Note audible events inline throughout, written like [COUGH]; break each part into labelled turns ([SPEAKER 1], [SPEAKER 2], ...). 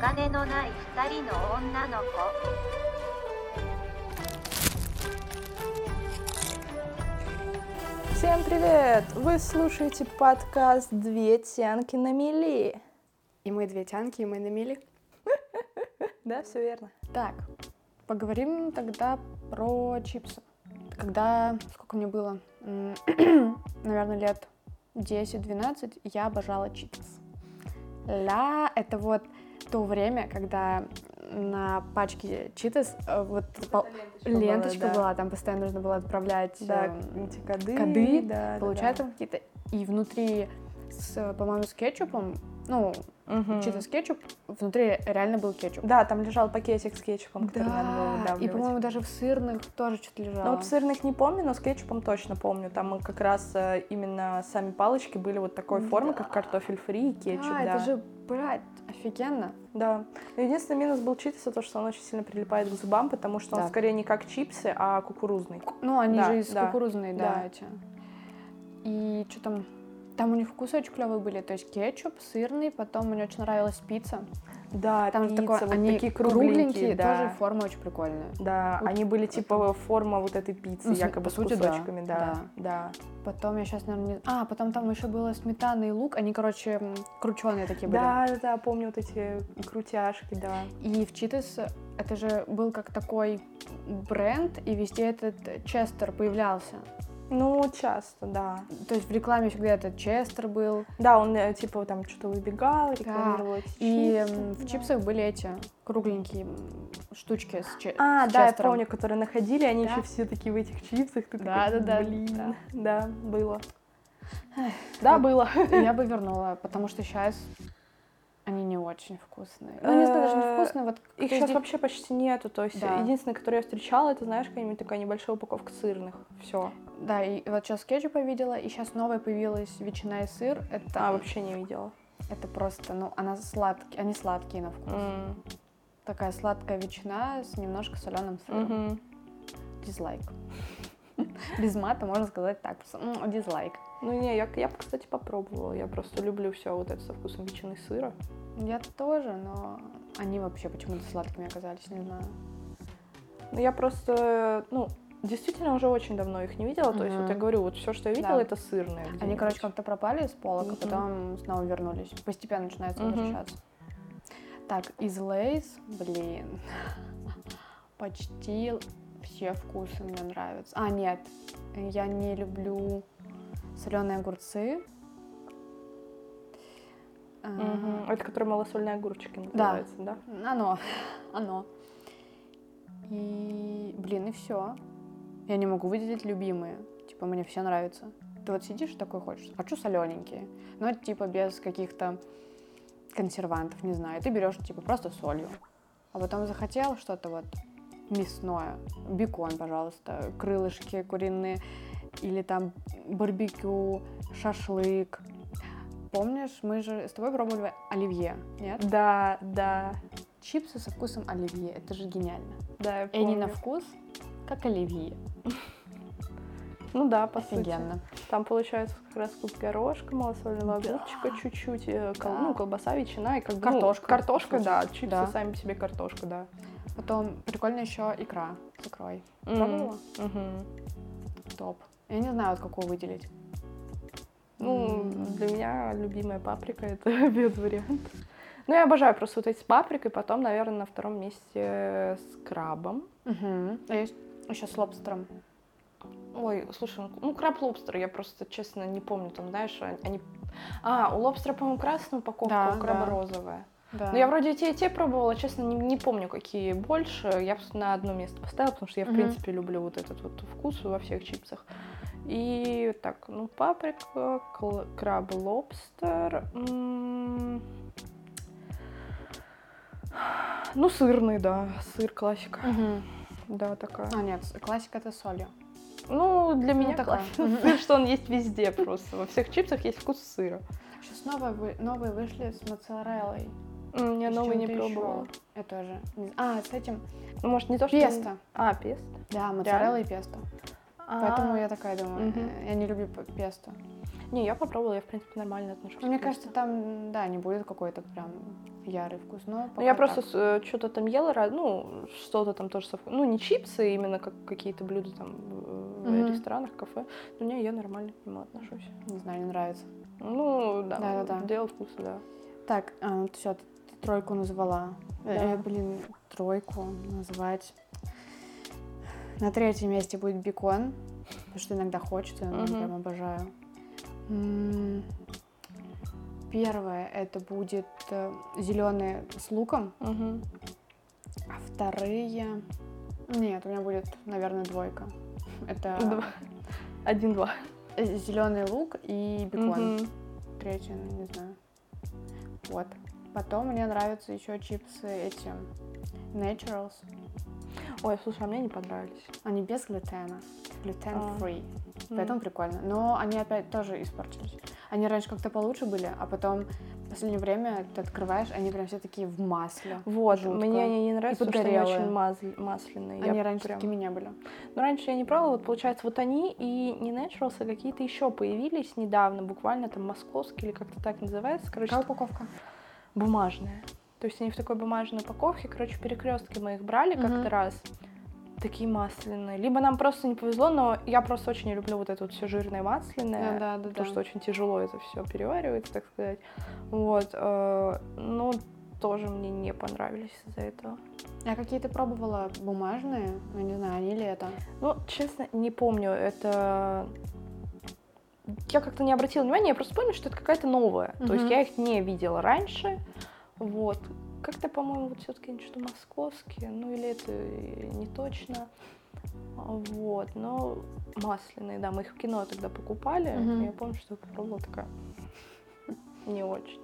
[SPEAKER 1] 金のない二人の女の子
[SPEAKER 2] Всем привет! Вы слушаете подкаст «Две тянки на мели».
[SPEAKER 3] И мы две тянки, и мы на мели.
[SPEAKER 2] Да, все верно.
[SPEAKER 3] Так, поговорим тогда про чипсы. Когда, сколько мне было, М, [CLEARS THROAT] наверное, лет 10-12, я обожала чипсы. Ля, это вот то время, когда на пачке читас э, вот пол-
[SPEAKER 2] ленточка была,
[SPEAKER 3] ленточка
[SPEAKER 2] да.
[SPEAKER 3] была, там постоянно нужно было отправлять
[SPEAKER 2] Да,
[SPEAKER 3] эм,
[SPEAKER 2] эти коды.
[SPEAKER 3] коды,
[SPEAKER 2] да, да,
[SPEAKER 3] получают
[SPEAKER 2] да.
[SPEAKER 3] там какие-то. И внутри, с, э, по-моему, с кетчупом, ну,
[SPEAKER 2] Мгм.
[SPEAKER 3] читас кетчуп, внутри реально был кетчуп.
[SPEAKER 2] Да, там лежал пакетик с кетчупом, который надо было
[SPEAKER 3] и,
[SPEAKER 2] выдавливать.
[SPEAKER 3] по-моему, даже в сырных тоже что-то лежало.
[SPEAKER 2] Ну вот сырных не помню, но с кетчупом точно помню. Там мы как раз э, именно сами палочки были вот такой формы, как
[SPEAKER 3] Да.
[SPEAKER 2] картофель фри и кетчуп,
[SPEAKER 3] да,
[SPEAKER 2] да.
[SPEAKER 3] это же, блядь, офигенно.
[SPEAKER 2] Да. Но единственный минус был читаса, то, что он очень сильно прилипает к зубам, потому что он
[SPEAKER 3] Да.
[SPEAKER 2] скорее не как чипсы, а кукурузный.
[SPEAKER 3] Ну, они
[SPEAKER 2] Да,
[SPEAKER 3] же из
[SPEAKER 2] да,
[SPEAKER 3] кукурузной, да,
[SPEAKER 2] да.
[SPEAKER 3] эти. И что там? Там у них вкусы очень клевые были, то есть кетчуп, сырный, потом мне очень нравилась пицца.
[SPEAKER 2] Да,
[SPEAKER 3] Там же
[SPEAKER 2] пицца,
[SPEAKER 3] такое,
[SPEAKER 2] вот
[SPEAKER 3] они
[SPEAKER 2] такие кругленькие, да.
[SPEAKER 3] тоже форма очень прикольная.
[SPEAKER 2] Да,
[SPEAKER 3] Вот
[SPEAKER 2] они были типа форма вот этой пиццы,
[SPEAKER 3] Ну, с-
[SPEAKER 2] якобы
[SPEAKER 3] по
[SPEAKER 2] с
[SPEAKER 3] сути, да,
[SPEAKER 2] кусочками, да, да.
[SPEAKER 3] Потом я сейчас, наверное, не... А, потом там еще было сметана и лук, они, короче, крученые такие были.
[SPEAKER 2] Да, да, да, помню вот эти крутяшки, да.
[SPEAKER 3] И в Читас это же был как такой бренд, и везде этот Честер появлялся.
[SPEAKER 2] Ну, часто, да.
[SPEAKER 3] То есть в рекламе всегда этот Честер был.
[SPEAKER 2] Да, он э, типа там что-то выбегал, типа, рекламировал эти
[SPEAKER 3] И
[SPEAKER 2] чипсы,
[SPEAKER 3] м, в
[SPEAKER 2] да.
[SPEAKER 3] чипсах были эти кругленькие м, штучки с, че-
[SPEAKER 2] А,
[SPEAKER 3] с
[SPEAKER 2] да, я
[SPEAKER 3] Честером.
[SPEAKER 2] помню, которые находили, они
[SPEAKER 3] Да.
[SPEAKER 2] еще все такие в этих чипсах. Ты
[SPEAKER 3] Да,
[SPEAKER 2] такой,
[SPEAKER 3] да, да,
[SPEAKER 2] Блин.
[SPEAKER 3] да.
[SPEAKER 2] Да, было. Да, было.
[SPEAKER 3] Я бы вернула, потому что сейчас они не очень вкусные. Ну, не знаю, даже не
[SPEAKER 2] Э,
[SPEAKER 3] вкусные. Вот кто
[SPEAKER 2] Их
[SPEAKER 3] из
[SPEAKER 2] сейчас
[SPEAKER 3] них-
[SPEAKER 2] вообще почти нету. То есть,
[SPEAKER 3] Да.
[SPEAKER 2] единственное, которое я встречала, это, знаешь, какая-нибудь такая небольшая упаковка сырных. Все.
[SPEAKER 3] Да, и вот сейчас кетчуп я видела, и сейчас новая появилась ветчина и сыр. Это,
[SPEAKER 2] А, вообще не видела.
[SPEAKER 3] это просто, ну, она сладкие, они сладкие на вкус.
[SPEAKER 2] М,
[SPEAKER 3] Такая сладкая ветчина с немножко соленым сыром.
[SPEAKER 2] мгм.
[SPEAKER 3] Дизлайк. [LAUGHS] Без мата можно сказать так. просто, «М, Дизлайк.
[SPEAKER 2] Ну не, я, я, бы, кстати, попробовала. Я просто люблю все вот это со вкусом ветчины и сыра.
[SPEAKER 3] Я тоже, но они вообще почему-то сладкими оказались, не знаю.
[SPEAKER 2] Но я просто, ну, действительно уже очень давно их не видела. То есть, вот я
[SPEAKER 3] Мгм.
[SPEAKER 2] говорю, вот все, что я видела,
[SPEAKER 3] Да.
[SPEAKER 2] это сырные.
[SPEAKER 3] Они,
[SPEAKER 2] где-нибудь.
[SPEAKER 3] короче, как-то пропали с полок, а
[SPEAKER 2] Мгм.
[SPEAKER 3] потом снова вернулись. Постепенно начинаются
[SPEAKER 2] Мгм.
[SPEAKER 3] возвращаться. Так, из Лейс, блин, [LAUGHS] почти все вкусы мне нравятся. А, нет, я не люблю соленые огурцы. А,
[SPEAKER 2] Мгм. Это которые малосольные огурчики называются, да?
[SPEAKER 3] Оно. Оно. И, блин, и все. Я не могу выделить любимые. Типа, мне все нравятся. Ты вот сидишь и такой хочешь. а Хочу солененькие. Но это типа без каких-то консервантов, не знаю. Ты берешь типа просто солью. А потом захотел что-то вот мясное. Бекон, пожалуйста, крылышки куриные. Или там барбекю, шашлык. Помнишь, мы же с тобой пробовали оливье, нет?
[SPEAKER 2] Да, да,
[SPEAKER 3] Чипсы со вкусом оливье, это же гениально.
[SPEAKER 2] да, я
[SPEAKER 3] И они на
[SPEAKER 2] помню.
[SPEAKER 3] вкус как оливье.
[SPEAKER 2] Ну да, по сути.
[SPEAKER 3] Офигенно.
[SPEAKER 2] Там получается как раз куб горошка, малосольного
[SPEAKER 3] Да.
[SPEAKER 2] огурчика чуть-чуть, э, кол-
[SPEAKER 3] Да.
[SPEAKER 2] ну, колбаса, ветчина и как бы, ну,
[SPEAKER 3] Картошка,
[SPEAKER 2] картошка,
[SPEAKER 3] по сути.
[SPEAKER 2] да, чипсы
[SPEAKER 3] Да.
[SPEAKER 2] сами по себе картошка, да.
[SPEAKER 3] Потом прикольно еще икра с икрой.
[SPEAKER 2] М,
[SPEAKER 3] Пробовала?
[SPEAKER 2] мгм.
[SPEAKER 3] Топ. Я не знаю, вот какую выделить.
[SPEAKER 2] Ну,
[SPEAKER 3] М,
[SPEAKER 2] для меня любимая паприка это [LAUGHS] без вариантов. Ну, я обожаю просто вот эти с паприкой, потом, наверное, на втором месте с крабом.
[SPEAKER 3] мгм. А есть еще с лобстером.
[SPEAKER 2] Ой, слушай, ну, ну краб-лобстер, я просто, честно, не помню, там, знаешь, а- они... А, у лобстера, по-моему, красная упаковка,
[SPEAKER 3] Да,
[SPEAKER 2] у краба
[SPEAKER 3] да.
[SPEAKER 2] розовая.
[SPEAKER 3] Да.
[SPEAKER 2] Ну, я вроде и те, и те пробовала, честно, не, не помню, какие больше. Я просто на одно место поставила, потому что я, в
[SPEAKER 3] Мгм.
[SPEAKER 2] принципе, люблю вот этот вот вкус во всех чипсах. И так, ну, паприка, кл- краб, лобстер. м, Ну, сырный, да, сыр классика.
[SPEAKER 3] Мгм.
[SPEAKER 2] Да, такая.
[SPEAKER 3] А, нет, с- классика это с солью.
[SPEAKER 2] Ну, для меня
[SPEAKER 3] такая.
[SPEAKER 2] классика,
[SPEAKER 3] Мгм.
[SPEAKER 2] сыр, [LAUGHS] что он есть везде просто. Во всех чипсах есть вкус сыра.
[SPEAKER 3] Сейчас новые, вы- новые вышли с моцареллой.
[SPEAKER 2] М, Я
[SPEAKER 3] С
[SPEAKER 2] новый не
[SPEAKER 3] чем-то ещё.
[SPEAKER 2] пробовала.
[SPEAKER 3] Я тоже. не з- А, с этим.
[SPEAKER 2] Ну, может, не то, что...
[SPEAKER 3] Песто.
[SPEAKER 2] А, песто.
[SPEAKER 3] Да, моцарелла и песто. Поэтому
[SPEAKER 2] А.
[SPEAKER 3] я такая думаю,
[SPEAKER 2] Мгм.
[SPEAKER 3] э, я не люблю п- песто.
[SPEAKER 2] Не, я попробовала, я, в принципе, нормально отношусь.
[SPEAKER 3] Ну, Мне
[SPEAKER 2] к
[SPEAKER 3] кажется,
[SPEAKER 2] мясу.
[SPEAKER 3] там, да, не будет какой-то прям ярый вкус. Но
[SPEAKER 2] Ну, я
[SPEAKER 3] пока
[SPEAKER 2] просто
[SPEAKER 3] так.
[SPEAKER 2] что-то там ела, ра- ну, что-то там тоже совку... Ну, не чипсы, именно как какие-то блюда там э, в
[SPEAKER 3] Мгм.
[SPEAKER 2] ресторанах, кафе. Но не, я нормально к нему отношусь.
[SPEAKER 3] не знаю, не нравится.
[SPEAKER 2] Ну, да,
[SPEAKER 3] Да-да-да.
[SPEAKER 2] дело вкуса, да.
[SPEAKER 3] Так, все, ты ты тройку назвала. Э,
[SPEAKER 2] Да.
[SPEAKER 3] блин, тройку назвать. На третьем месте будет бекон, потому что иногда хочется, я ну,
[SPEAKER 2] Мгм.
[SPEAKER 3] прям обожаю. М, Первое это будет зеленый с луком,
[SPEAKER 2] Мгм.
[SPEAKER 3] а вторые... Нет, у меня будет, наверное, двойка. Это
[SPEAKER 2] Два. Один-два.
[SPEAKER 3] зеленый лук и бекон.
[SPEAKER 2] Мгм.
[SPEAKER 3] Третье, ну, не знаю. Вот. Потом мне нравятся еще чипсы эти Naturals.
[SPEAKER 2] Ой, слушай, а мне не понравились.
[SPEAKER 3] Они без глютена. Gluten
[SPEAKER 2] А.
[SPEAKER 3] free.
[SPEAKER 2] М.
[SPEAKER 3] Поэтому прикольно. Но они опять тоже испортились. Они раньше как-то получше были, а потом в последнее время ты открываешь, они прям все такие в масле.
[SPEAKER 2] Вот,
[SPEAKER 3] жутко.
[SPEAKER 2] мне они не нравятся, потому что они
[SPEAKER 3] подгорелые.
[SPEAKER 2] очень мазли- масляные. Я
[SPEAKER 3] Они раньше
[SPEAKER 2] прям-
[SPEAKER 3] такими не были.
[SPEAKER 2] Ну, раньше я не пробовала, вот получается, вот они и не Naturals, а какие-то еще появились недавно, буквально там московские или как-то так называется, короче,
[SPEAKER 3] Какая упаковка?
[SPEAKER 2] бумажные. То есть они в такой бумажной упаковке, короче, перекрестки мы их брали
[SPEAKER 3] Мгм.
[SPEAKER 2] как-то раз, такие масляные. Либо нам просто не повезло, но я просто очень не люблю вот это вот все жирное масляное.
[SPEAKER 3] Ну да, да,
[SPEAKER 2] потому что очень тяжело это все переваривается, так сказать. Вот, э, ну, тоже мне не понравились из-за этого.
[SPEAKER 3] Я какие-то пробовала бумажные, но не знаю, они ли это.
[SPEAKER 2] Ну, честно, не помню, это... Я как-то не обратила внимания, я просто помню, что это какая-то новая. То есть
[SPEAKER 3] Мгм.
[SPEAKER 2] я их не видела раньше, вот. Как-то, по-моему, вот все-таки они что-то московские, ну или это э, не точно. Вот, но масляные, да, мы их в кино тогда покупали.
[SPEAKER 3] Мгм.
[SPEAKER 2] Я помню, что я попробовала такая. Не очень.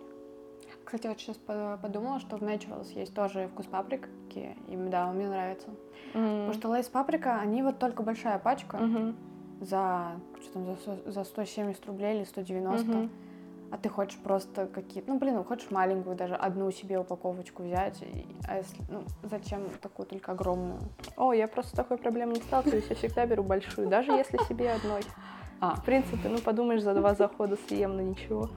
[SPEAKER 3] Кстати, вот сейчас подумала, что в Naturals есть тоже вкус паприки, и да, он мне нравится. Потому что лейс паприка, они вот только большая пачка
[SPEAKER 2] Мгм.
[SPEAKER 3] за, что там, за, сто- за 170 рублей или 190.
[SPEAKER 2] Мгм.
[SPEAKER 3] А ты хочешь просто какие-то, ну блин, ну, хочешь маленькую даже одну себе упаковочку взять, и- а если, ну зачем такую только огромную?
[SPEAKER 2] О, я просто с такой проблемой не сталкиваюсь, я всегда беру большую, даже если себе одной.
[SPEAKER 3] А.
[SPEAKER 2] В принципе, ну подумаешь, за два захода съем, ну ничего.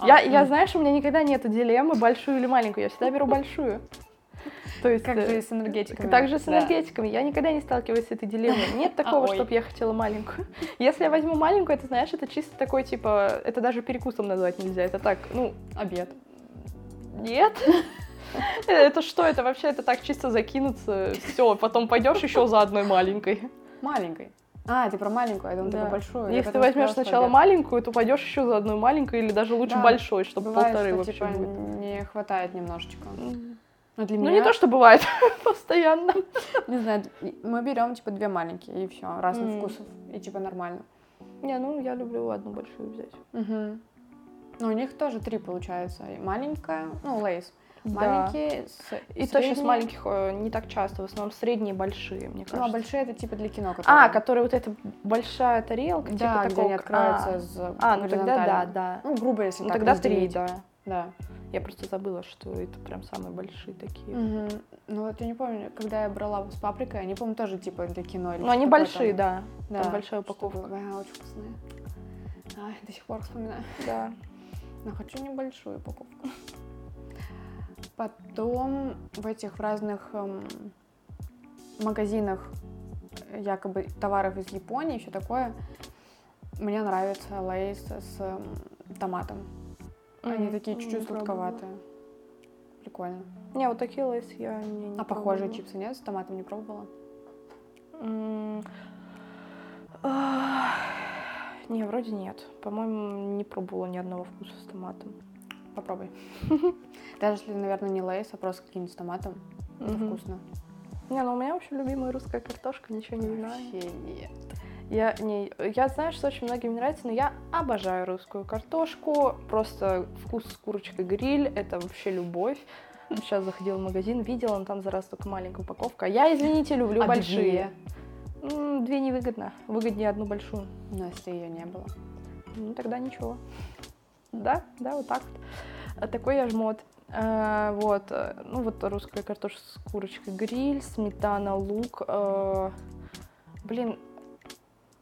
[SPEAKER 3] А,
[SPEAKER 2] я, я,
[SPEAKER 3] м.
[SPEAKER 2] знаешь, у меня никогда нету дилеммы, большую или маленькую, я всегда беру большую. То есть...
[SPEAKER 3] Как же
[SPEAKER 2] э,
[SPEAKER 3] и с энергетиками?
[SPEAKER 2] Так же с
[SPEAKER 3] Да. А,
[SPEAKER 2] энергетиками. Я никогда не сталкиваюсь с этой дилеммой.
[SPEAKER 3] [LAUGHS]
[SPEAKER 2] Нет такого,
[SPEAKER 3] ой.
[SPEAKER 2] чтобы я хотела маленькую. Если я возьму маленькую, это, знаешь, это чисто такой, типа, это даже перекусом назвать нельзя. Это так, ну,
[SPEAKER 3] Обед.
[SPEAKER 2] нет. [LAUGHS] Это что? Это вообще это так чисто закинуться. Все, потом пойдешь еще за одной маленькой.
[SPEAKER 3] Маленькой. А, ты про маленькую, я думаю, ты
[SPEAKER 2] Да.
[SPEAKER 3] про большую. Я
[SPEAKER 2] Если ты
[SPEAKER 3] поэтому
[SPEAKER 2] возьмешь
[SPEAKER 3] сказала, что
[SPEAKER 2] сначала
[SPEAKER 3] обед.
[SPEAKER 2] маленькую, то пойдешь еще за одной маленькой или даже лучше
[SPEAKER 3] Да.
[SPEAKER 2] большой, чтобы
[SPEAKER 3] Бывает,
[SPEAKER 2] полторы
[SPEAKER 3] что,
[SPEAKER 2] вообще
[SPEAKER 3] типа,
[SPEAKER 2] будет.
[SPEAKER 3] не хватает немножечко.
[SPEAKER 2] М.
[SPEAKER 3] Но для
[SPEAKER 2] Ну
[SPEAKER 3] меня,
[SPEAKER 2] не то, что бывает [LAUGHS] постоянно.
[SPEAKER 3] не знаю, мы берем типа две маленькие и все, разных
[SPEAKER 2] М.
[SPEAKER 3] вкусов и типа нормально.
[SPEAKER 2] Не, ну я люблю одну большую взять.
[SPEAKER 3] Мгм. Ну, у них тоже три получается. И Маленькая, ну, лейс.
[SPEAKER 2] Да.
[SPEAKER 3] Маленькие с- ну,
[SPEAKER 2] И то
[SPEAKER 3] средние.
[SPEAKER 2] сейчас маленьких э, не так часто, в основном средние и большие, мне
[SPEAKER 3] Ну, а
[SPEAKER 2] кажется.
[SPEAKER 3] большие это типа для кино, которые...
[SPEAKER 2] А, которые вот эта большая тарелка,
[SPEAKER 3] Да,
[SPEAKER 2] типа
[SPEAKER 3] где
[SPEAKER 2] такого.
[SPEAKER 3] они
[SPEAKER 2] к-
[SPEAKER 3] открываются с
[SPEAKER 2] А, а, ну тогда да,
[SPEAKER 3] горизонтально.
[SPEAKER 2] да.
[SPEAKER 3] Ну, грубо, если
[SPEAKER 2] Ну
[SPEAKER 3] так
[SPEAKER 2] тогда три,
[SPEAKER 3] разделить.
[SPEAKER 2] да.
[SPEAKER 3] Да.
[SPEAKER 2] Я просто забыла, что это прям самые большие такие.
[SPEAKER 3] Мгм. Ну, вот я не помню, когда я брала с паприкой, они, по-моему, тоже типа для кино. или
[SPEAKER 2] Ну они
[SPEAKER 3] что-то такое
[SPEAKER 2] большие,
[SPEAKER 3] там.
[SPEAKER 2] да.
[SPEAKER 3] да.
[SPEAKER 2] Там большая
[SPEAKER 3] Что
[SPEAKER 2] упаковка.
[SPEAKER 3] было? Да, очень вкусные. Ай, до сих пор вспоминаю.
[SPEAKER 2] Да.
[SPEAKER 3] Но хочу небольшую упаковку. Потом в этих разных эм, магазинах э, якобы товаров из Японии, все такое, мне нравится лейс с эм, томатом. Они
[SPEAKER 2] М,
[SPEAKER 3] такие
[SPEAKER 2] не
[SPEAKER 3] чуть-чуть
[SPEAKER 2] пробовала.
[SPEAKER 3] сладковатые. Прикольно.
[SPEAKER 2] Не, вот такие лейс я не, не
[SPEAKER 3] а похожие
[SPEAKER 2] пробовала.
[SPEAKER 3] чипсы нет? С томатом не пробовала?
[SPEAKER 2] М, ах, Не, вроде нет. По-моему, не пробовала ни одного вкуса с томатом.
[SPEAKER 3] Попробуй. [LAUGHS] Даже если, наверное, не лейс, а просто какие-нибудь с томатом. Это
[SPEAKER 2] Мгм.
[SPEAKER 3] вкусно.
[SPEAKER 2] Не, ну у меня вообще любимая русская картошка, ничего не знаю.
[SPEAKER 3] Вообще нет.
[SPEAKER 2] Я, не, я знаю, что очень многим не нравится, но я обожаю русскую картошку. Просто вкус с курочкой гриль, это вообще любовь. Сейчас заходила в магазин, видела, но там за раз только маленькая упаковка. А Я, извините, люблю
[SPEAKER 3] А
[SPEAKER 2] большие. М, Две невыгодно. Выгоднее одну большую.
[SPEAKER 3] Но если ее не было.
[SPEAKER 2] Ну, тогда ничего. Да, да, вот так вот. А Такой я жмот. А, вот, э, ну вот русская картошка с курочкой гриль, сметана, лук. э, блин,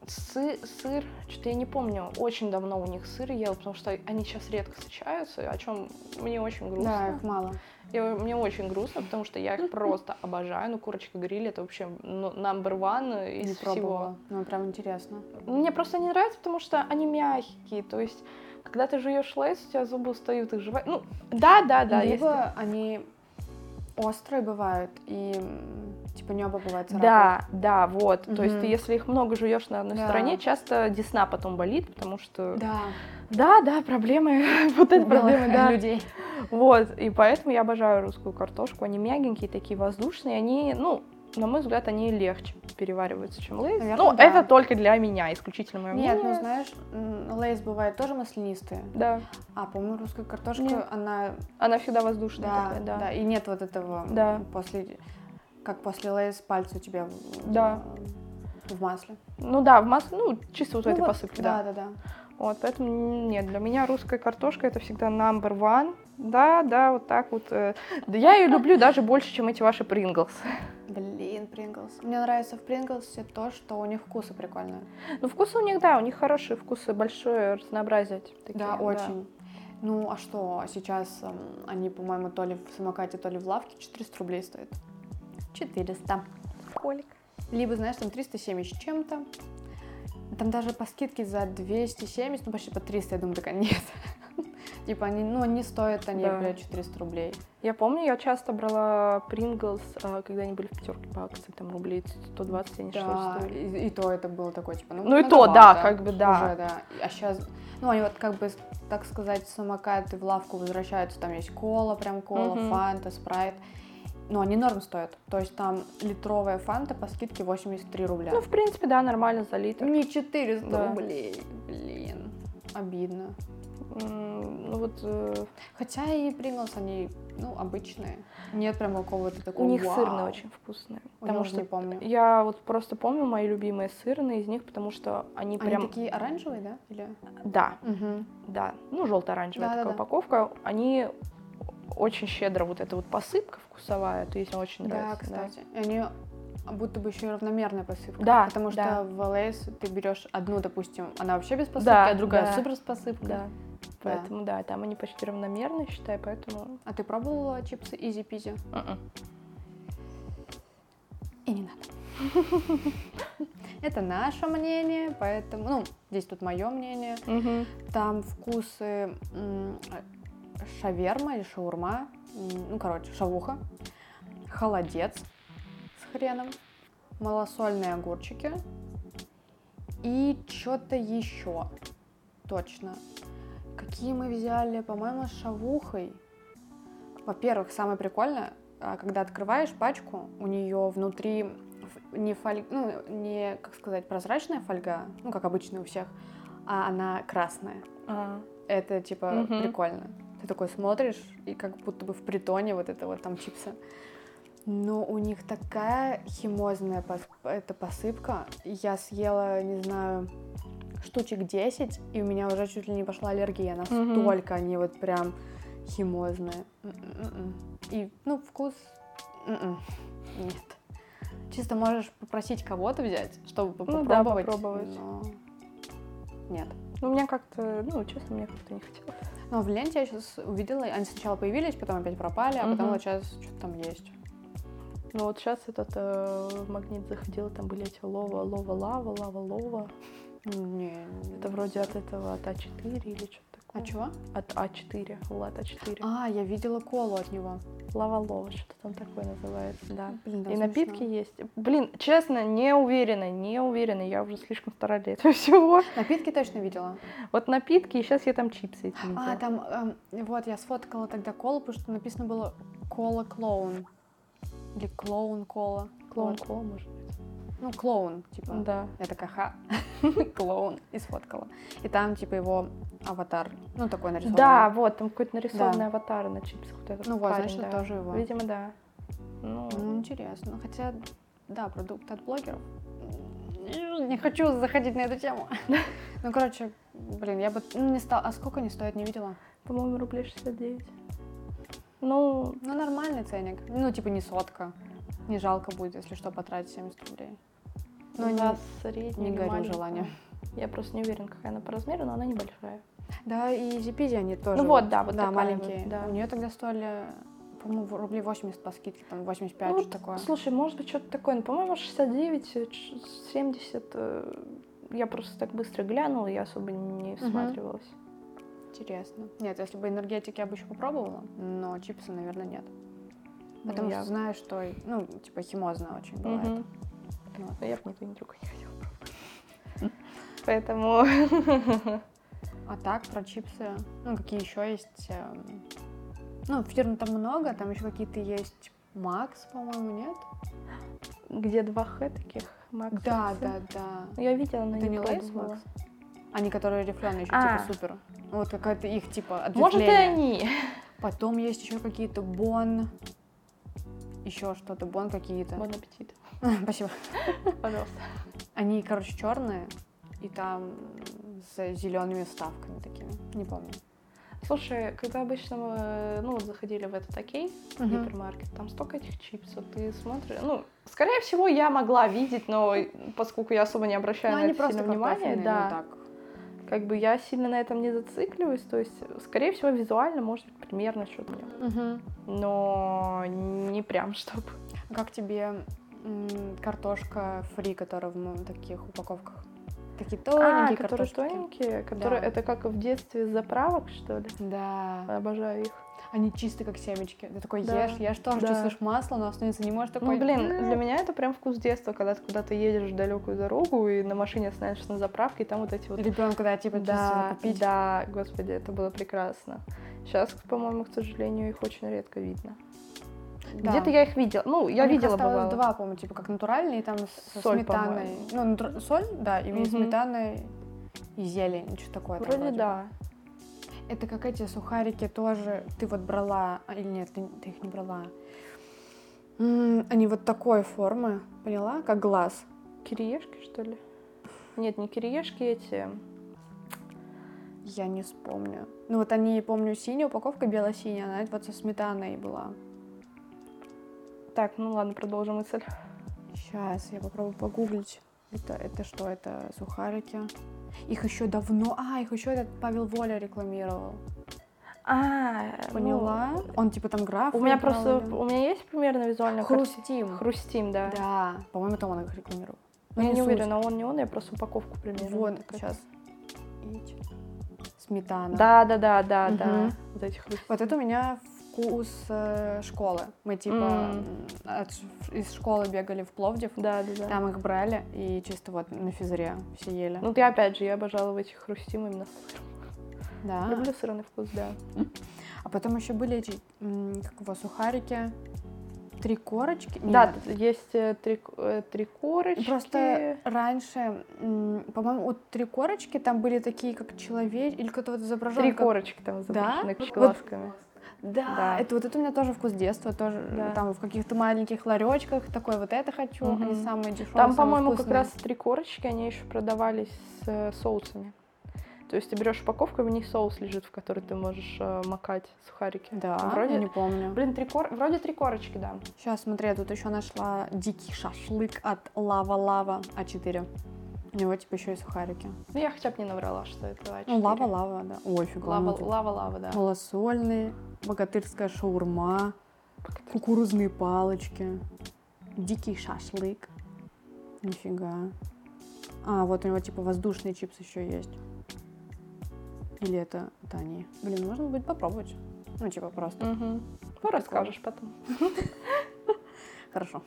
[SPEAKER 2] Сы- сыр, что-то я не помню, очень давно у них сыр ела, потому что они сейчас редко встречаются, о чем мне очень
[SPEAKER 3] Да,
[SPEAKER 2] грустно.
[SPEAKER 3] их мало.
[SPEAKER 2] Я- мне очень грустно, потому что я
[SPEAKER 3] [LAUGHS]
[SPEAKER 2] их просто обожаю. Ну, курочка гриль это вообще ну, number one из
[SPEAKER 3] не
[SPEAKER 2] всего.
[SPEAKER 3] пробовала. Ну, прям интересно.
[SPEAKER 2] Мне просто не нравится, потому что они мягкие. То есть, когда ты жуешь лейс, у тебя зубы устают их жевать. Ну, да, да, да. есть
[SPEAKER 3] Либо они острые бывают, и м, типа небо бывает царапает.
[SPEAKER 2] Да, да, вот. То есть
[SPEAKER 3] Мгм.
[SPEAKER 2] ты, если их много жуешь на одной
[SPEAKER 3] Да.
[SPEAKER 2] стороне, часто десна потом болит, потому что...
[SPEAKER 3] Да.
[SPEAKER 2] Да, да, проблемы, [LAUGHS] вот это проблемы, да.
[SPEAKER 3] людей.
[SPEAKER 2] Вот, и поэтому я обожаю русскую картошку. Они мягенькие, такие воздушные, они, ну, на мой взгляд, они легче перевариваются, чем лейс.
[SPEAKER 3] Наверное,
[SPEAKER 2] Ну,
[SPEAKER 3] да.
[SPEAKER 2] это только для меня, исключительно мое
[SPEAKER 3] Нет, ну
[SPEAKER 2] мнение.
[SPEAKER 3] знаешь, м, лейс бывает тоже маслянистые.
[SPEAKER 2] Да,
[SPEAKER 3] А, по-моему, русская картошка,
[SPEAKER 2] Нет.
[SPEAKER 3] она...
[SPEAKER 2] она всегда воздушная
[SPEAKER 3] Да,
[SPEAKER 2] такая,
[SPEAKER 3] да,
[SPEAKER 2] да.
[SPEAKER 3] И нет вот этого м,
[SPEAKER 2] Да.
[SPEAKER 3] после... Как после лейс пальцы у тебя в,
[SPEAKER 2] Да.
[SPEAKER 3] в масле.
[SPEAKER 2] Ну да, в масло, ну, чисто вот в
[SPEAKER 3] Ну
[SPEAKER 2] этой
[SPEAKER 3] вот,
[SPEAKER 2] посыпке, да.
[SPEAKER 3] Да, да, да.
[SPEAKER 2] Вот, поэтому н- нет, для меня русская картошка это всегда number one. Да, да, вот так вот. э. Да я ее люблю даже больше, чем эти ваши Принглс.
[SPEAKER 3] Блин, Принглс. Мне нравится в Принглсе то, что у них вкусы прикольные.
[SPEAKER 2] Ну, вкусы у них, да, у них хорошие вкусы, большое разнообразие. такие,
[SPEAKER 3] да, очень. Ну, а что, сейчас м, они, по-моему, то ли в самокате, то ли в лавке 400 рублей стоят. 400.
[SPEAKER 2] Колик.
[SPEAKER 3] Либо, знаешь, там 370 с чем-то. Там даже по скидке за 270, ну, почти по 300, я думаю, такая, нет. [LAUGHS] Типа они, ну, не стоят они,
[SPEAKER 2] Да.
[SPEAKER 3] бля, 400 рублей.
[SPEAKER 2] Я помню, я часто брала Принглс, а, когда они были в пятерке по акции, там рублей 120, я не что
[SPEAKER 3] Да,
[SPEAKER 2] стоили.
[SPEAKER 3] и, и то это было такое, типа, ну,
[SPEAKER 2] Ну и
[SPEAKER 3] ну,
[SPEAKER 2] то,
[SPEAKER 3] два,
[SPEAKER 2] да, как бы, да.
[SPEAKER 3] Уже, да. А сейчас, ну, они вот как бы, так сказать, в самокат и в лавку возвращаются, там есть кола, прям кола,
[SPEAKER 2] Мгм.
[SPEAKER 3] фанта, спрайт. Но они норм стоят. То есть там литровая фанта по скидке 83 рубля.
[SPEAKER 2] Ну, в принципе, да, нормально за литр.
[SPEAKER 3] не 400
[SPEAKER 2] Да.
[SPEAKER 3] рублей, блин. Обидно.
[SPEAKER 2] М, Ну, вот э,
[SPEAKER 3] Хотя и Принглс, они, ну, обычные. Нет прям какого-то такого
[SPEAKER 2] у них
[SPEAKER 3] «Вау». Угу.
[SPEAKER 2] сырные очень вкусные.
[SPEAKER 3] У меня
[SPEAKER 2] Потому
[SPEAKER 3] уже
[SPEAKER 2] что
[SPEAKER 3] не помню.
[SPEAKER 2] я вот просто помню мои любимые сырные из них, потому что они
[SPEAKER 3] Они
[SPEAKER 2] прям...
[SPEAKER 3] такие оранжевые, да? Или?
[SPEAKER 2] Да,
[SPEAKER 3] Мгм.
[SPEAKER 2] да, ну желто-оранжевая такая
[SPEAKER 3] Да-да-да.
[SPEAKER 2] упаковка, они очень щедро вот эта вот посыпка вкусовая, то есть мне очень
[SPEAKER 3] Да,
[SPEAKER 2] нравится.
[SPEAKER 3] кстати. И Они будто бы еще и равномерная посыпка.
[SPEAKER 2] Да,
[SPEAKER 3] Потому что
[SPEAKER 2] да.
[SPEAKER 3] в Лейс ты берешь одну, допустим, она вообще без посыпки,
[SPEAKER 2] Да,
[SPEAKER 3] а другая
[SPEAKER 2] да.
[SPEAKER 3] супер с посыпкой.
[SPEAKER 2] Да. Поэтому да. там они почти равномерны, считай, поэтому.
[SPEAKER 3] А ты пробовала чипсы Изи Пизи?
[SPEAKER 2] Мгм.
[SPEAKER 3] И не надо. [LAUGHS] Это наше мнение, поэтому, ну, здесь тут мое мнение. Там вкусы м, шаверма или шаурма, м, ну, короче, шавуха, холодец с хреном, малосольные огурчики и что-то еще. Точно. Какие мы взяли, по-моему, с шавухой. Во-первых, самое прикольное, а, когда открываешь пачку, у нее внутри ф- не фоль- ну, не, как сказать, прозрачная фольга, ну, как обычно у всех, а она красная.
[SPEAKER 2] А,
[SPEAKER 3] Это типа
[SPEAKER 2] Мгм.
[SPEAKER 3] прикольно. Ты такой смотришь, и как будто бы в притоне вот это вот там чипсы. Но у них такая химозная пос- эта посыпка. Я съела, не знаю, штучек 10, и у меня уже чуть ли не пошла аллергия.
[SPEAKER 2] Мгм.
[SPEAKER 3] Настолько они вот прям химозные. М-м-м-м. И, ну, вкус... м-м, Нет. Чисто можешь попросить кого-то взять, чтобы
[SPEAKER 2] Ну
[SPEAKER 3] попробовать.
[SPEAKER 2] да, попробовать.
[SPEAKER 3] но Нет.
[SPEAKER 2] Ну, у меня как-то, ну, честно, мне как-то не хотелось.
[SPEAKER 3] Но Ну, в ленте я сейчас увидела, они сначала появились, потом опять пропали, а потом
[SPEAKER 2] Мгм.
[SPEAKER 3] вот сейчас что-то там есть.
[SPEAKER 2] Ну вот сейчас этот э, в магнит заходила, там были эти лова, лова, лава, лава, лова.
[SPEAKER 3] Не,
[SPEAKER 2] Это вроде от этого от А4 или что-то такое.
[SPEAKER 3] А чего?
[SPEAKER 2] От А4, Влад А4.
[SPEAKER 3] А, я видела колу от него.
[SPEAKER 2] Лава, лова, что-то там такое называется, да.
[SPEAKER 3] А, Блин, да,
[SPEAKER 2] И
[SPEAKER 3] смешно.
[SPEAKER 2] напитки есть. Блин, честно, не уверена, не уверена. Я уже слишком стара для этого [LAUGHS] всего.
[SPEAKER 3] Напитки точно видела.
[SPEAKER 2] Вот напитки, и сейчас я там чипсы эти
[SPEAKER 3] А,
[SPEAKER 2] видела.
[SPEAKER 3] там, эм, вот, я сфоткала тогда колу, потому что написано было кола клоун. Или клоун кола.
[SPEAKER 2] Клоун
[SPEAKER 3] Вот.
[SPEAKER 2] Кола, может быть.
[SPEAKER 3] Ну, клоун, типа.
[SPEAKER 2] Да.
[SPEAKER 3] Я такая, ха, [LAUGHS] клоун, и сфоткала. И там, типа, его аватар, ну, такой нарисованный.
[SPEAKER 2] Да, вот, там какой-то нарисованный аватар на чипсах. Вот этот
[SPEAKER 3] Ну, вот,
[SPEAKER 2] парень,
[SPEAKER 3] значит,
[SPEAKER 2] да.
[SPEAKER 3] тоже его.
[SPEAKER 2] Видимо, да. Ну,
[SPEAKER 3] Ну, интересно. Хотя, да, продукт от блогеров. Не хочу заходить на эту тему. [LAUGHS] Ну, короче, блин, я бы ну, не стала. А сколько они стоят, не видела?
[SPEAKER 2] по-моему, рублей 69. Ну,
[SPEAKER 3] Ну, нормальный ценник. Ну, типа не сотка. Не жалко будет, если что, потратить 70 рублей. Но не-
[SPEAKER 2] за среднюю
[SPEAKER 3] не
[SPEAKER 2] или
[SPEAKER 3] горю
[SPEAKER 2] маленькую.
[SPEAKER 3] желанием.
[SPEAKER 2] Я просто не уверена, какая она по размеру, но она небольшая.
[SPEAKER 3] Да, и зипиди они тоже.
[SPEAKER 2] Ну вот, да, вот
[SPEAKER 3] Да,
[SPEAKER 2] такая
[SPEAKER 3] маленькие.
[SPEAKER 2] вот, да.
[SPEAKER 3] У нее тогда стоили, по-моему, в- рублей 80 по скидке, там 85,
[SPEAKER 2] Ну,
[SPEAKER 3] что такое.
[SPEAKER 2] Слушай, может быть, что-то такое. Ну, по-моему, 69, э, ч- 70. э, Я просто так быстро глянула, я особо не всматривалась.
[SPEAKER 3] Интересно. Нет, если бы энергетик я бы еще попробовала, но чипсы, наверное, нет.
[SPEAKER 2] Ну,
[SPEAKER 3] Потому
[SPEAKER 2] я-
[SPEAKER 3] что знаю, что, ну, типа, химозно очень бывает. Ну
[SPEAKER 2] Мгм.
[SPEAKER 3] Вот.
[SPEAKER 2] Но я бы никого друга не хотела пробовать.
[SPEAKER 3] [LAUGHS]
[SPEAKER 2] Поэтому...
[SPEAKER 3] А так, про чипсы, ну, какие еще есть? эм, Ну, фирм там много, там еще какие-то есть Макс, по-моему, нет?
[SPEAKER 2] Где два Х таких? Макс
[SPEAKER 3] да,
[SPEAKER 2] и Ц.
[SPEAKER 3] да, да.
[SPEAKER 2] Я видела, но
[SPEAKER 3] Это
[SPEAKER 2] не
[SPEAKER 3] не Лейс
[SPEAKER 2] пробовала.
[SPEAKER 3] Макс? Они, которые рифленые еще,
[SPEAKER 2] А.
[SPEAKER 3] типа, супер. Вот какая-то их, типа,
[SPEAKER 2] Может, и
[SPEAKER 3] ответвление.
[SPEAKER 2] они. [LAUGHS]
[SPEAKER 3] Потом есть еще какие-то бон, еще что-то, бон какие-то.
[SPEAKER 2] Бон аппетит.
[SPEAKER 3] [LAUGHS] Спасибо.
[SPEAKER 2] Пожалуйста.
[SPEAKER 3] Они, короче, черные, и там с зелеными вставками такими. Не помню.
[SPEAKER 2] Слушай, когда обычно мы ну, вот заходили в этот окей,
[SPEAKER 3] Мгм.
[SPEAKER 2] гипермаркет, там столько этих чипсов, ты смотришь. Ну, скорее всего, я могла видеть, но поскольку я особо не обращаю
[SPEAKER 3] Ну,
[SPEAKER 2] на
[SPEAKER 3] они
[SPEAKER 2] это
[SPEAKER 3] просто
[SPEAKER 2] сильно внимания,
[SPEAKER 3] внимание,
[SPEAKER 2] да,
[SPEAKER 3] так.
[SPEAKER 2] как бы я сильно на этом не зацикливаюсь, то есть, скорее всего, визуально, может быть, примерно что-то,
[SPEAKER 3] Мгм.
[SPEAKER 2] но не прям чтобы.
[SPEAKER 3] А Как тебе м, картошка фри, которая в м- таких упаковках? Такие
[SPEAKER 2] А,
[SPEAKER 3] [LAUGHS] тоненькие
[SPEAKER 2] которые
[SPEAKER 3] картошки.
[SPEAKER 2] тоненькие, которые
[SPEAKER 3] Да.
[SPEAKER 2] это как в детстве из заправок, что ли?
[SPEAKER 3] Да.
[SPEAKER 2] Обожаю их.
[SPEAKER 3] Они чистые, как семечки. Ты такой
[SPEAKER 2] Да.
[SPEAKER 3] ешь, ешь, тоже
[SPEAKER 2] Да.
[SPEAKER 3] чувствуешь масло, но остановиться не можешь. Такой,
[SPEAKER 2] Ну, блин,
[SPEAKER 3] «М,
[SPEAKER 2] для меня это прям вкус детства, когда ты куда-то едешь в далекую дорогу и на машине остановишься на заправке, и там вот эти вот...
[SPEAKER 3] Ребенку, да, типа, чисто
[SPEAKER 2] да,
[SPEAKER 3] купить.
[SPEAKER 2] да, господи, это было прекрасно. Сейчас, по-моему, к сожалению, их очень редко видно.
[SPEAKER 3] Да.
[SPEAKER 2] Где-то я их видела, ну, я
[SPEAKER 3] У них
[SPEAKER 2] видела,
[SPEAKER 3] осталось
[SPEAKER 2] бывало.
[SPEAKER 3] два, по-моему, типа как натуральные, и там со
[SPEAKER 2] Соль,
[SPEAKER 3] сметаной.
[SPEAKER 2] по-моему.
[SPEAKER 3] Ну, натур- соль, да, и
[SPEAKER 2] Мгм.
[SPEAKER 3] сметаной и зелень, что такое. там
[SPEAKER 2] Вроде,
[SPEAKER 3] бы.
[SPEAKER 2] да.
[SPEAKER 3] Это как эти сухарики тоже, ты вот брала, а, или нет, ты, ты их не брала. М, они вот такой формы, поняла, как глаз.
[SPEAKER 2] Кириешки, что ли? Нет, не кириешки эти.
[SPEAKER 3] Я не вспомню. Ну вот они, помню, синяя упаковка, бело-синяя, она вот со сметаной была.
[SPEAKER 2] Так, ну ладно, продолжим мысль.
[SPEAKER 3] Сейчас я попробую погуглить. Это, это что? Это сухарики. Их еще давно. А, их еще этот Павел Воля рекламировал.
[SPEAKER 2] А, ну,
[SPEAKER 3] Поняла? Он типа там граф.
[SPEAKER 2] у меня
[SPEAKER 3] играл
[SPEAKER 2] просто,
[SPEAKER 3] или-
[SPEAKER 2] у меня есть примерно визуальная картина?
[SPEAKER 3] Хрустим.
[SPEAKER 2] Хрустим, да.
[SPEAKER 3] Да. По-моему, это он их рекламировал. Ну,
[SPEAKER 2] Я не
[SPEAKER 3] суть.
[SPEAKER 2] уверена, он не он, я просто упаковку примерно.
[SPEAKER 3] Вот,
[SPEAKER 2] такая.
[SPEAKER 3] сейчас. И чё? Сметана.
[SPEAKER 2] Да, да, да, да, да.
[SPEAKER 3] Мгм.
[SPEAKER 2] Вот эти хрустим.
[SPEAKER 3] Вот это у меня вкус э, школы. Мы типа
[SPEAKER 2] М.
[SPEAKER 3] м, от ш- из школы бегали в Пловдив.
[SPEAKER 2] Да, да, да.
[SPEAKER 3] Там их брали и чисто вот на физре все ели.
[SPEAKER 2] Ну, ты опять же, я обожала в этих хрустим именно сыр.
[SPEAKER 3] да.
[SPEAKER 2] Люблю сырный вкус, да.
[SPEAKER 3] А потом еще были эти, м, как его, сухарики, три корочки.
[SPEAKER 2] Да,
[SPEAKER 3] Нет.
[SPEAKER 2] т- есть э, три, э, три корочки.
[SPEAKER 3] Просто раньше, м, по-моему, у три корочки там были такие, как человек, или кто-то вот изображен.
[SPEAKER 2] Три
[SPEAKER 3] как-
[SPEAKER 2] корочки там запрещены
[SPEAKER 3] Вот-
[SPEAKER 2] глазками.
[SPEAKER 3] Да,
[SPEAKER 2] Да.
[SPEAKER 3] Это вот это у меня тоже вкус детства, тоже э,
[SPEAKER 2] Да.
[SPEAKER 3] там в каких-то маленьких ларечках такой вот это хочу, а
[SPEAKER 2] Мгм.
[SPEAKER 3] они самые дешевые.
[SPEAKER 2] Там, по-моему, как
[SPEAKER 3] вкусные.
[SPEAKER 2] раз три корочки, они еще продавались с э, соусами. То есть ты берешь упаковку, и в ней соус лежит, в который ты можешь э, макать сухарики.
[SPEAKER 3] Да,
[SPEAKER 2] Вроде-
[SPEAKER 3] я не помню.
[SPEAKER 2] Блин, три кор... вроде три корочки, да.
[SPEAKER 3] Сейчас, смотри, я тут еще нашла дикий шашлык от лава-лава А4. У него типа еще и сухарики.
[SPEAKER 2] Ну, я хотя бы не наврала, что это А4.
[SPEAKER 3] Ну, лава-лава, да. Ой, фига.
[SPEAKER 2] Лава,
[SPEAKER 3] ну тут
[SPEAKER 2] лава, лава, да.
[SPEAKER 3] Малосольные, богатырская шаурма, кукурузные палочки, дикий шашлык. Нифига. А, вот у него типа воздушные чипсы еще есть. Или это, это они? Блин, можно будет попробовать. Ну, типа просто.
[SPEAKER 2] Мгм. Ну, расскажешь потом.
[SPEAKER 3] Хорошо.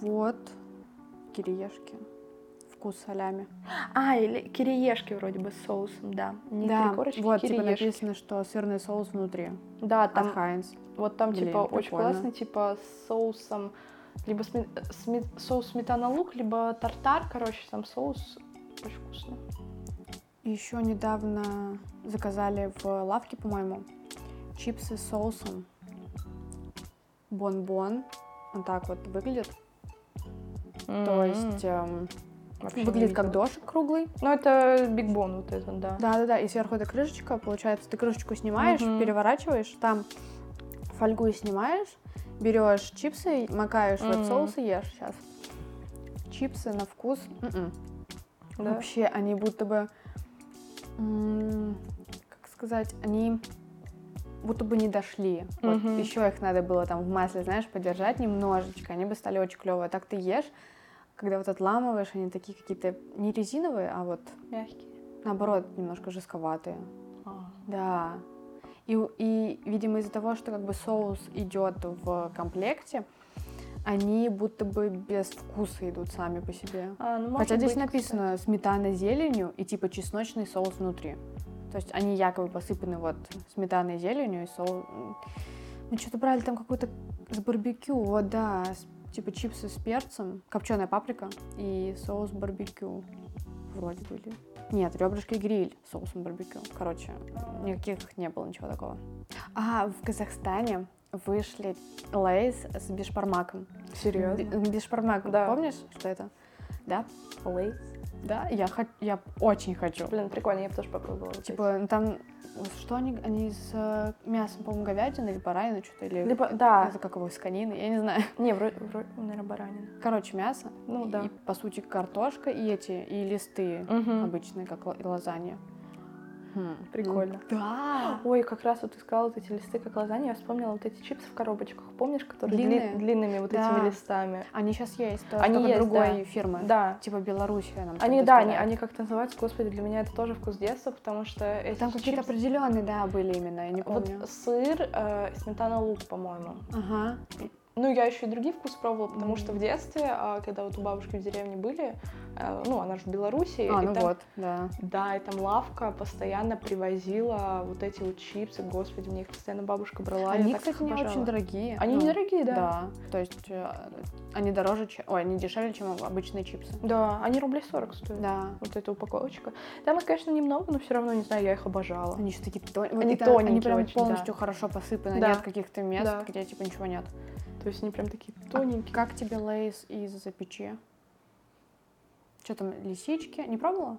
[SPEAKER 3] Вот. Кириешки. Вкус солями.
[SPEAKER 2] А, или кириешки вроде бы с соусом, да. Не
[SPEAKER 3] да,
[SPEAKER 2] три корочки,
[SPEAKER 3] вот типа
[SPEAKER 2] кириешки. А
[SPEAKER 3] написано, что сырный соус внутри.
[SPEAKER 2] да,
[SPEAKER 3] От
[SPEAKER 2] там,
[SPEAKER 3] Хайнс.
[SPEAKER 2] вот там
[SPEAKER 3] Блин,
[SPEAKER 2] типа очень
[SPEAKER 3] прикольно.
[SPEAKER 2] классно, типа с соусом, либо сме- э, сме- соус сметана-лук, либо тартар, короче, там соус очень вкусно.
[SPEAKER 3] Еще недавно заказали в лавке, по-моему, чипсы с соусом. Бон-бон. Вот так вот выглядит. То
[SPEAKER 2] типа,
[SPEAKER 3] есть эм, выглядит как дошик круглый.
[SPEAKER 2] Ну, это Биг Бон вот это, да.
[SPEAKER 3] Да-да-да, и сверху эта крышечка, получается, ты крышечку снимаешь,
[SPEAKER 2] Мгм.
[SPEAKER 3] переворачиваешь, там фольгу снимаешь, берешь чипсы, макаешь в этот
[SPEAKER 2] Мгм.
[SPEAKER 3] соус и ешь сейчас. чипсы на вкус, м-м,
[SPEAKER 2] Да.
[SPEAKER 3] вообще они будто бы, м, как сказать, они будто бы не дошли. Вот
[SPEAKER 2] Мгм.
[SPEAKER 3] еще их надо было там в масле, знаешь, подержать немножечко, они бы стали очень клевые. Так ты ешь, когда вот отламываешь, они такие какие-то не резиновые, а вот
[SPEAKER 2] Мягкие.
[SPEAKER 3] наоборот немножко жестковатые. А. Да. И, у- и, видимо, из-за того, что как бы соус идет в комплекте, они будто бы без вкуса идут сами по себе.
[SPEAKER 2] А, ну,
[SPEAKER 3] Хотя
[SPEAKER 2] может
[SPEAKER 3] здесь
[SPEAKER 2] быть,
[SPEAKER 3] написано сметана с зеленью и типа чесночный соус внутри. То есть они якобы посыпаны вот сметаной, зеленью и соус. Мы что-то брали там какую-то с барбекю, вот да, с- типа чипсы с перцем, копченая паприка и соус барбекю. Вроде были. Нет, ребрышки и гриль с соусом барбекю. Короче,
[SPEAKER 2] а.
[SPEAKER 3] никаких не было ничего такого. А, в Казахстане вышли лейс с бешпармаком.
[SPEAKER 2] кстати. Серьезно?
[SPEAKER 3] Б- Бешпармак,
[SPEAKER 2] Да.
[SPEAKER 3] помнишь, что это?
[SPEAKER 2] Лейс?
[SPEAKER 3] Да, я, хо- я очень хочу.
[SPEAKER 2] Блин, прикольно, я бы тоже попробовала. вот
[SPEAKER 3] Типа, ну там, вот что они, они с э, мясом, по-моему, говядины или баранины что-то, или...
[SPEAKER 2] эти. Либо, да,
[SPEAKER 3] Это как его, с конины, я не знаю. [LAUGHS]
[SPEAKER 2] не, вроде, наверное, баранина.
[SPEAKER 3] Короче, мясо.
[SPEAKER 2] Ну,
[SPEAKER 3] и,
[SPEAKER 2] да.
[SPEAKER 3] по сути, картошка и эти, и листы
[SPEAKER 2] Мгм.
[SPEAKER 3] обычные, как ла- лазанья. Хм.
[SPEAKER 2] Прикольно.
[SPEAKER 3] Да!
[SPEAKER 2] Ой, как раз вот ты сказала вот эти листы, как лазанья, я вспомнила вот эти чипсы в коробочках, помнишь, которые дли-
[SPEAKER 3] Длинные?
[SPEAKER 2] длинными вот
[SPEAKER 3] Да.
[SPEAKER 2] этими листами?
[SPEAKER 3] Они сейчас есть, то-
[SPEAKER 2] Они
[SPEAKER 3] только
[SPEAKER 2] есть,
[SPEAKER 3] другой
[SPEAKER 2] да.
[SPEAKER 3] фирмы.
[SPEAKER 2] Да.
[SPEAKER 3] Типа Белоруссия нам
[SPEAKER 2] Они, да,
[SPEAKER 3] что-то
[SPEAKER 2] они,
[SPEAKER 3] доставляет.
[SPEAKER 2] они как называются, господи, для меня это тоже вкус детства, потому что эти
[SPEAKER 3] Там какие-то
[SPEAKER 2] чипсы-
[SPEAKER 3] определенные, да, были именно, я не помню.
[SPEAKER 2] Вот сыр, э, сметана, лук, по-моему.
[SPEAKER 3] Ага.
[SPEAKER 2] Ну, я еще и другие вкусы пробовала, потому
[SPEAKER 3] Мгм.
[SPEAKER 2] что в детстве, а, когда вот у бабушки в деревне были, э, ну, она же в Беларуси,
[SPEAKER 3] А,
[SPEAKER 2] и
[SPEAKER 3] ну
[SPEAKER 2] там-
[SPEAKER 3] вот, да.
[SPEAKER 2] да, и там лавка постоянно привозила вот эти вот чипсы, господи, мне их постоянно бабушка брала.
[SPEAKER 3] Они,
[SPEAKER 2] я так их
[SPEAKER 3] кстати, не
[SPEAKER 2] обожала.
[SPEAKER 3] очень дорогие.
[SPEAKER 2] Они
[SPEAKER 3] Ну,
[SPEAKER 2] недорогие, да.
[SPEAKER 3] Да. То есть э, они дороже, чем... Ой, они дешевле, чем обычные чипсы.
[SPEAKER 2] Да, они рублей 40 стоят.
[SPEAKER 3] Да.
[SPEAKER 2] Вот эта упаковочка. Там их, конечно, немного, но все равно, не знаю, я их обожала.
[SPEAKER 3] Они еще такие тон- вот
[SPEAKER 2] Они
[SPEAKER 3] и там- Они
[SPEAKER 2] тоненькие
[SPEAKER 3] прям
[SPEAKER 2] очень, да.
[SPEAKER 3] полностью хорошо посыпаны.
[SPEAKER 2] Да.
[SPEAKER 3] Нет каких-то мест,
[SPEAKER 2] Да.
[SPEAKER 3] где типа ничего нет.
[SPEAKER 2] То есть они прям такие
[SPEAKER 3] А
[SPEAKER 2] тоненькие.
[SPEAKER 3] как тебе лейс из печи? Что там, лисички? Не пробовала?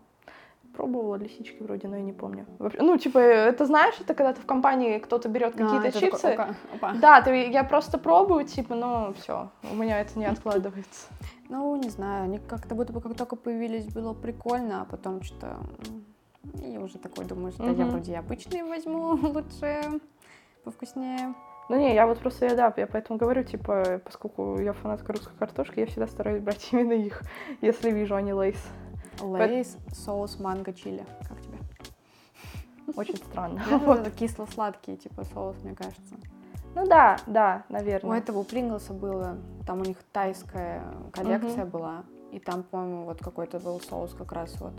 [SPEAKER 2] Пробовала лисички вроде, но я не помню. Вообще- Ну, типа, это знаешь, это когда ты в компании, кто-то берет
[SPEAKER 3] А,
[SPEAKER 2] какие-то
[SPEAKER 3] ты такой,
[SPEAKER 2] чипсы.
[SPEAKER 3] «Опа, опа».
[SPEAKER 2] Да, ты, я просто пробую, типа, ну, все, у меня это не откладывается.
[SPEAKER 3] Ну, не знаю, они как-то будто бы как только появились, было прикольно, а потом что-то... Я уже такой думаю, что я
[SPEAKER 2] Мгм.
[SPEAKER 3] вроде и обычные возьму [LAUGHS] лучше, повкуснее.
[SPEAKER 2] Ну, не, я вот просто, я, да, я поэтому говорю, типа, поскольку я фанатка русской картошки, я всегда стараюсь брать [LAUGHS] именно их, если вижу, они лейс.
[SPEAKER 3] Лейс, соус манго чили. Как тебе?
[SPEAKER 2] Очень странно.
[SPEAKER 3] [LAUGHS] Вот это кисло-сладкий типа соус, мне кажется.
[SPEAKER 2] [LAUGHS] Ну да, да,
[SPEAKER 3] У
[SPEAKER 2] наверное.
[SPEAKER 3] этого, у Принглса было, там у них тайская коллекция была, и там, по-моему, вот какой-то был соус как раз вот.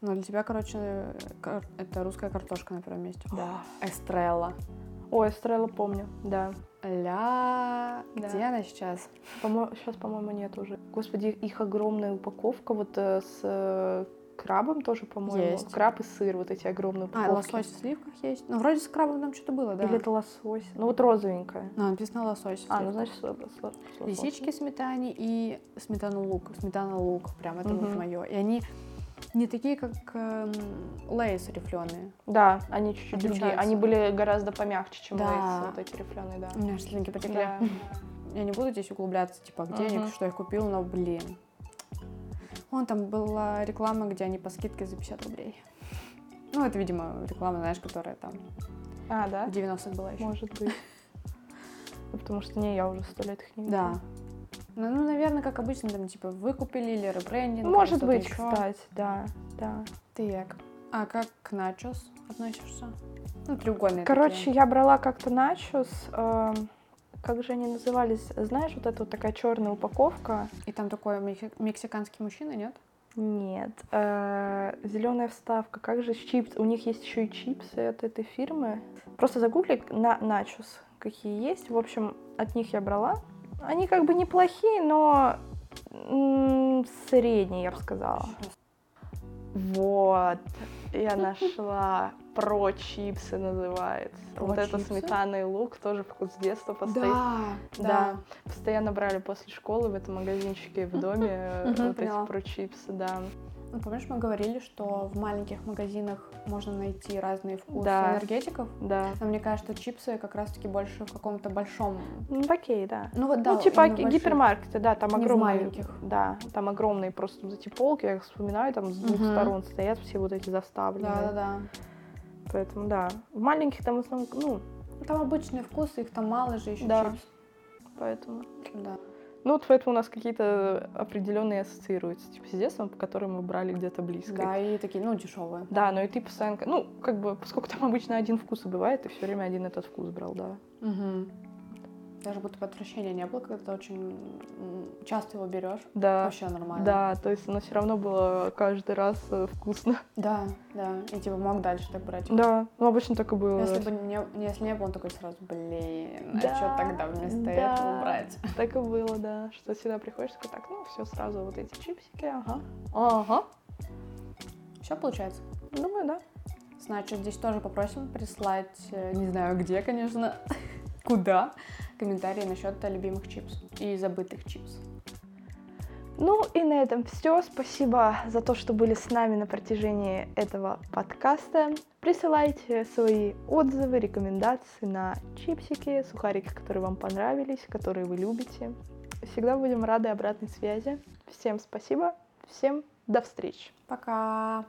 [SPEAKER 3] Ну, для тебя, короче, кар- это русская картошка на первом месте.
[SPEAKER 2] Да.
[SPEAKER 3] Эстрелла.
[SPEAKER 2] Ой, Стрелла помню, да.
[SPEAKER 3] Ля,
[SPEAKER 2] Да.
[SPEAKER 3] где она сейчас?
[SPEAKER 2] сейчас, по-моему, нет уже. Господи, их огромная упаковка вот э, с э, крабом тоже, по-моему.
[SPEAKER 3] Есть.
[SPEAKER 2] Краб и сыр, вот эти огромные
[SPEAKER 3] А,
[SPEAKER 2] упаковки.
[SPEAKER 3] лосось в сливках есть. Ну, вроде с крабом там что-то было, да.
[SPEAKER 2] Или это лосось? Ну, вот розовенькая.
[SPEAKER 3] Ну, написано лосось. в
[SPEAKER 2] А, ну,
[SPEAKER 3] сливках.
[SPEAKER 2] значит, с- с- с лососем.
[SPEAKER 3] Лисички в сметане и сметану лук. Сметана лук, прям это вот
[SPEAKER 2] Мгм.
[SPEAKER 3] мое. И они не такие, как эм, лейс рифленые.
[SPEAKER 2] Да, они чуть-чуть другие.
[SPEAKER 3] Отличаются.
[SPEAKER 2] Они были гораздо помягче, чем
[SPEAKER 3] Да.
[SPEAKER 2] Лейс, вот эти рифленые, да.
[SPEAKER 3] У меня аж слинки потекли. [LAUGHS]
[SPEAKER 2] Да.
[SPEAKER 3] Я не буду здесь углубляться, типа, где они,
[SPEAKER 2] Мгм.
[SPEAKER 3] что я купила, но, блин. Вон там была реклама, где они по скидке за 50 рублей. Ну, это, видимо, реклама, знаешь, которая там
[SPEAKER 2] А,
[SPEAKER 3] в
[SPEAKER 2] да?
[SPEAKER 3] 90-х была еще.
[SPEAKER 2] Может быть. [LAUGHS] Ну, Потому что не, я уже сто лет их не
[SPEAKER 3] Да.
[SPEAKER 2] видела.
[SPEAKER 3] Ну, ну, наверное, как обычно, там, типа, выкупили или ребрендинг. или
[SPEAKER 2] Ну, Может
[SPEAKER 3] что-то
[SPEAKER 2] быть,
[SPEAKER 3] ещё.
[SPEAKER 2] кстати, да, да.
[SPEAKER 3] Ты как? А как к начос относишься? Ну, треугольные
[SPEAKER 2] Короче,
[SPEAKER 3] такие.
[SPEAKER 2] я брала как-то начос, эм, как же они назывались, знаешь, вот эта вот такая черная упаковка?
[SPEAKER 3] И там такой мехи- мексиканский мужчина, нет?
[SPEAKER 2] Нет, зеленая вставка, как же чипсы, у них есть еще и чипсы от этой фирмы. Просто загугли на начос, какие есть, в общем, от них я брала. Они как бы неплохие, но м, средние, я бы сказала.
[SPEAKER 3] Щас.
[SPEAKER 2] Вот,
[SPEAKER 3] [LAUGHS]
[SPEAKER 2] я нашла про чипсы называется.
[SPEAKER 3] Про
[SPEAKER 2] вот это
[SPEAKER 3] чипсы?
[SPEAKER 2] сметана и лук, тоже вкус детства постоянно.
[SPEAKER 3] Да,
[SPEAKER 2] Да. Постоянно брали после школы в этом магазинчике в доме э,
[SPEAKER 3] [LAUGHS] Мгм,
[SPEAKER 2] вот эти
[SPEAKER 3] поняла.
[SPEAKER 2] про чипсы, да.
[SPEAKER 3] Ну, Помнишь, мы говорили, что в маленьких магазинах можно найти разные вкусы
[SPEAKER 2] Да.
[SPEAKER 3] энергетиков?
[SPEAKER 2] Да.
[SPEAKER 3] Но мне кажется, что чипсы как раз-таки больше в каком-то большом...
[SPEAKER 2] Ну, в Окей, да.
[SPEAKER 3] Ну вот да.
[SPEAKER 2] ну, типа
[SPEAKER 3] именно
[SPEAKER 2] ки-
[SPEAKER 3] больших.
[SPEAKER 2] гипермаркеты, да, там
[SPEAKER 3] Не в
[SPEAKER 2] огромные.
[SPEAKER 3] маленьких.
[SPEAKER 2] Да, там огромные просто вот эти полки, я их вспоминаю, там с двух
[SPEAKER 3] Мгм.
[SPEAKER 2] сторон стоят все вот эти заставленные.
[SPEAKER 3] Да-да-да.
[SPEAKER 2] Поэтому да. В маленьких там в основном, ну,
[SPEAKER 3] Ну, Там обычные вкусы, их там мало же еще
[SPEAKER 2] Да.
[SPEAKER 3] чипс.
[SPEAKER 2] поэтому.
[SPEAKER 3] Да.
[SPEAKER 2] Ну, вот поэтому у нас какие-то определенные ассоциируются, типа с детством, по которым мы брали где-то близко.
[SPEAKER 3] Да, и такие, ну, дешевые.
[SPEAKER 2] Да, но и ты постоянно, ну, как бы, поскольку там обычно один вкус и бывает, ты все время один этот вкус брал, да.
[SPEAKER 3] Даже будто бы отвращения не было, когда ты очень м, часто его берешь.
[SPEAKER 2] Да.
[SPEAKER 3] Вообще нормально.
[SPEAKER 2] Да, то есть оно все равно было каждый раз э, вкусно. [LAUGHS]
[SPEAKER 3] Да, да. И типа мог дальше так брать.
[SPEAKER 2] Да, ну обычно так и было.
[SPEAKER 3] Если
[SPEAKER 2] [LAUGHS]
[SPEAKER 3] бы не, не- если не было, он такой сразу, блин,
[SPEAKER 2] Да,
[SPEAKER 3] а что тогда вместо
[SPEAKER 2] да.
[SPEAKER 3] этого брать?
[SPEAKER 2] Так и было, да. Что сюда приходишь, такой, так, ну все сразу, вот эти чипсики, ага. Ага.
[SPEAKER 3] Все получается.
[SPEAKER 2] Думаю, да.
[SPEAKER 3] Значит, здесь тоже попросим прислать, э, не знаю где, конечно, [LAUGHS] куда, комментарии насчет любимых чипсов и забытых чипсов.
[SPEAKER 2] Ну и на этом все. Спасибо за то, что были с нами на протяжении этого подкаста. Присылайте свои отзывы, рекомендации на чипсики, сухарики, которые вам понравились, которые вы любите. Всегда будем рады обратной связи. Всем спасибо, всем до встречи.
[SPEAKER 3] Пока!